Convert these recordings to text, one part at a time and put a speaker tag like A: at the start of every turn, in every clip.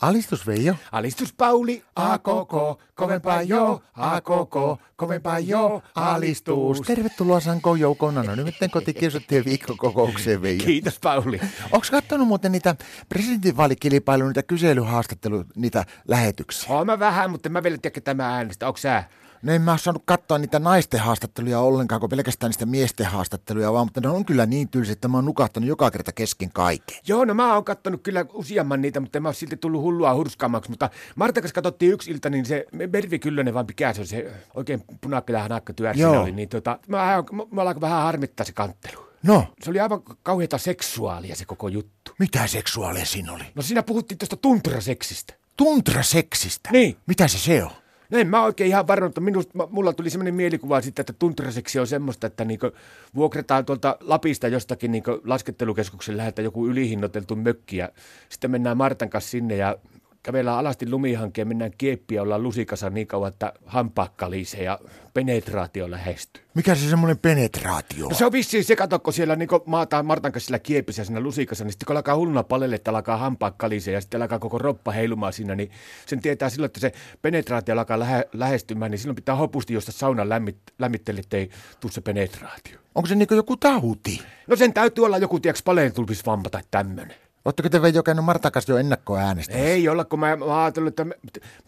A: Alistus Veijo.
B: Alistus Pauli, a koko, kovempaa jo, a koko, kovempaa jo, alistus.
A: Tervetuloa Sankoon joukona. No nyt kotikirjoittajien viikkokokoukseen Veijo.
B: Kiitos Pauli.
A: Onko katsonut muuten niitä presidentinvaalikilpailuja, niitä kyselyhaastattelu, niitä lähetyksiä?
B: Oon mä vähän, mutta en mä vielä tiedä, ketä mä äänestä. Onks sä?
A: No en mä oo saanut katsoa niitä naisten haastatteluja ollenkaan, kun pelkästään niistä miesten haastatteluja vaan, mutta ne on kyllä niin tylsä, että mä oon nukahtanut joka kerta kesken kaiken.
B: Joo, no mä oon kattonut kyllä useamman niitä, mutta en mä oon silti tullut hullua hurskaammaksi. Mutta Marta, kun katsottiin yksi ilta, niin se Mervi Kyllönen, vaan mikä se on se oikein punakkelä hanakka
A: Joo.
B: oli, niin tota, mä, mä, mä alkoi vähän harmittaa se kanttelu.
A: No,
B: Se oli aivan kauheata seksuaalia se koko juttu.
A: mitä seksuaalia siinä oli?
B: No siinä puhuttiin tuosta tuntraseksistä.
A: Tuntraseksistä.
B: Niin.
A: Mitä se se on?
B: No en mä oikein ihan varma, mutta minusta, mä- mulla tuli semmoinen mielikuva sitten, että tuntraseksi on semmoista, että niinku vuokrataan tuolta Lapista jostakin niinku laskettelukeskuksen läheltä joku ylihinnoiteltu mökki ja sitten mennään Martan kanssa sinne ja kävellään alasti lumihankkeen, mennään kieppiä, ollaan lusikassa niin kauan, että hampaat kalisee ja penetraatio lähestyy.
A: Mikä se semmoinen penetraatio on?
B: No se on vissiin se, kato, kun siellä niin maataan Martan kanssa siellä kiepissä siinä lusikassa, niin sitten kun alkaa hulluna palelle, että alkaa hampaa kalisee ja sitten alkaa koko roppa heilumaan siinä, niin sen tietää silloin, että se penetraatio alkaa lähe, lähestymään, niin silloin pitää hopusti josta saunan lämmit, lämmittele, ettei tuu se penetraatio.
A: Onko se niinku joku tauti?
B: No sen täytyy olla joku, tiedäks, paleentumisvamma tai tämmönen.
A: Oletteko te Veijo käynyt Martan kanssa jo ennakkoäänestä?
B: Ei olla, kun mä, mä oon ajatellut, että me,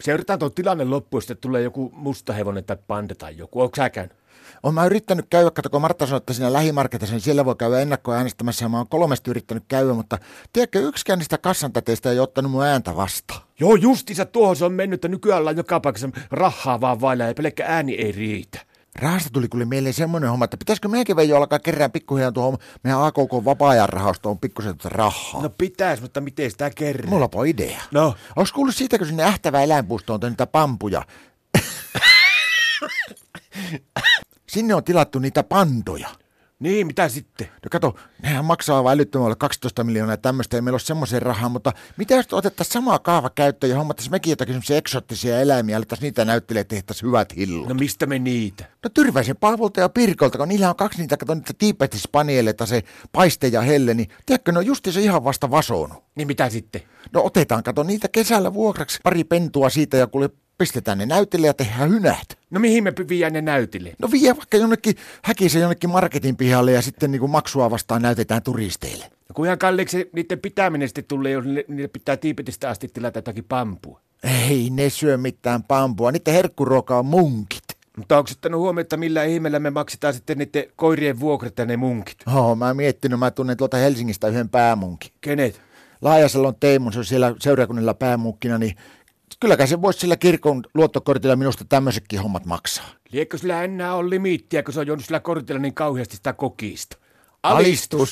B: seurataan tuo tilanne loppuun, sitten tulee joku mustahevonen tai panda tai joku. Onko sä käynyt?
A: Olen mä yrittänyt käydä, kato, kun Martta sanoi, että siinä lähimarketissa, niin siellä voi käydä ennakkoa äänestämässä, ja mä oon kolmesti yrittänyt käydä, mutta tiedätkö, yksikään niistä kassantäteistä ei ottanut mun ääntä vastaan.
B: Joo, justiinsa tuohon se on mennyt, että nykyään ollaan joka paikassa rahaa vaan vailla ja pelkkä ääni ei riitä.
A: Rahasta tuli kyllä mieleen semmoinen homma, että pitäisikö meidänkin Veijo alkaa kerran pikkuhiljaa tuohon meidän AKK vapaa-ajan rahastoon pikkusen tuota rahaa. No.
B: No pitäis, mutta miten sitä kerran?
A: Mulla on idea.
B: No,
A: Onko kuullut siitä, kun sinne ähtävä eläinpuistoon on niitä pampuja? sinne on tilattu niitä pandoja.
B: niin mitä sitten?
A: No kato, nehän maksaa vain älyttömälle 12 miljoonaa ja tämmöistä, ei meillä ole semmoisen rahaa, mutta mitä jos otettaisiin samaa kaava käyttöön ja hommattaisiin mekin jotakin semmoisia eksoottisia eläimiä, alettaisiin niitä näyttelee ja tehtäisiin hyvät hillut.
B: No
A: No,
B: mistä me niitä?
A: no Tyrväisen Paavolta ja Pirkolta, kun niillä on kaksi niitä, kato niitä tiipetispanieeleita, se paiste ja helle, niin tiedätkö, ne on justi se ihan vasta vasonut.
B: Niin mitä sitten?
A: No otetaan, kato niitä kesällä vuokraksi pari pentua siitä ja kuule pistetään ne näytille ja tehdään hynät.
B: No mihin me py- viedään ne näytille?
A: No vie vaikka jonnekin häkisen jonnekin marketin pihalle ja sitten niin kuin maksua vastaan näytetään turisteille.
B: No, kun ihan kalliiksi niiden pitäminen sitten tulee, jos niille, niille pitää tiipetistä asti tilata jotakin pampua.
A: Ei ne syö mitään pampua, niiden herkkuruoka on munkit.
B: Mutta onko ottanut huomioon, että millä ihmeellä me maksetaan sitten niiden koirien vuokrat ja ne munkit?
A: Oo, mä oon miettinyt, mä tunnen tuolta Helsingistä yhden päämunkin.
B: Kenet?
A: Laajasalon Teemu, se on siellä seurakunnilla päämunkkina, niin kylläkään se voisi sillä kirkon luottokortilla minusta tämmöisetkin hommat maksaa.
B: Liekö sillä enää on limiittiä, kun se on joutunut sillä kortilla niin kauheasti sitä kokista?
A: Alistus!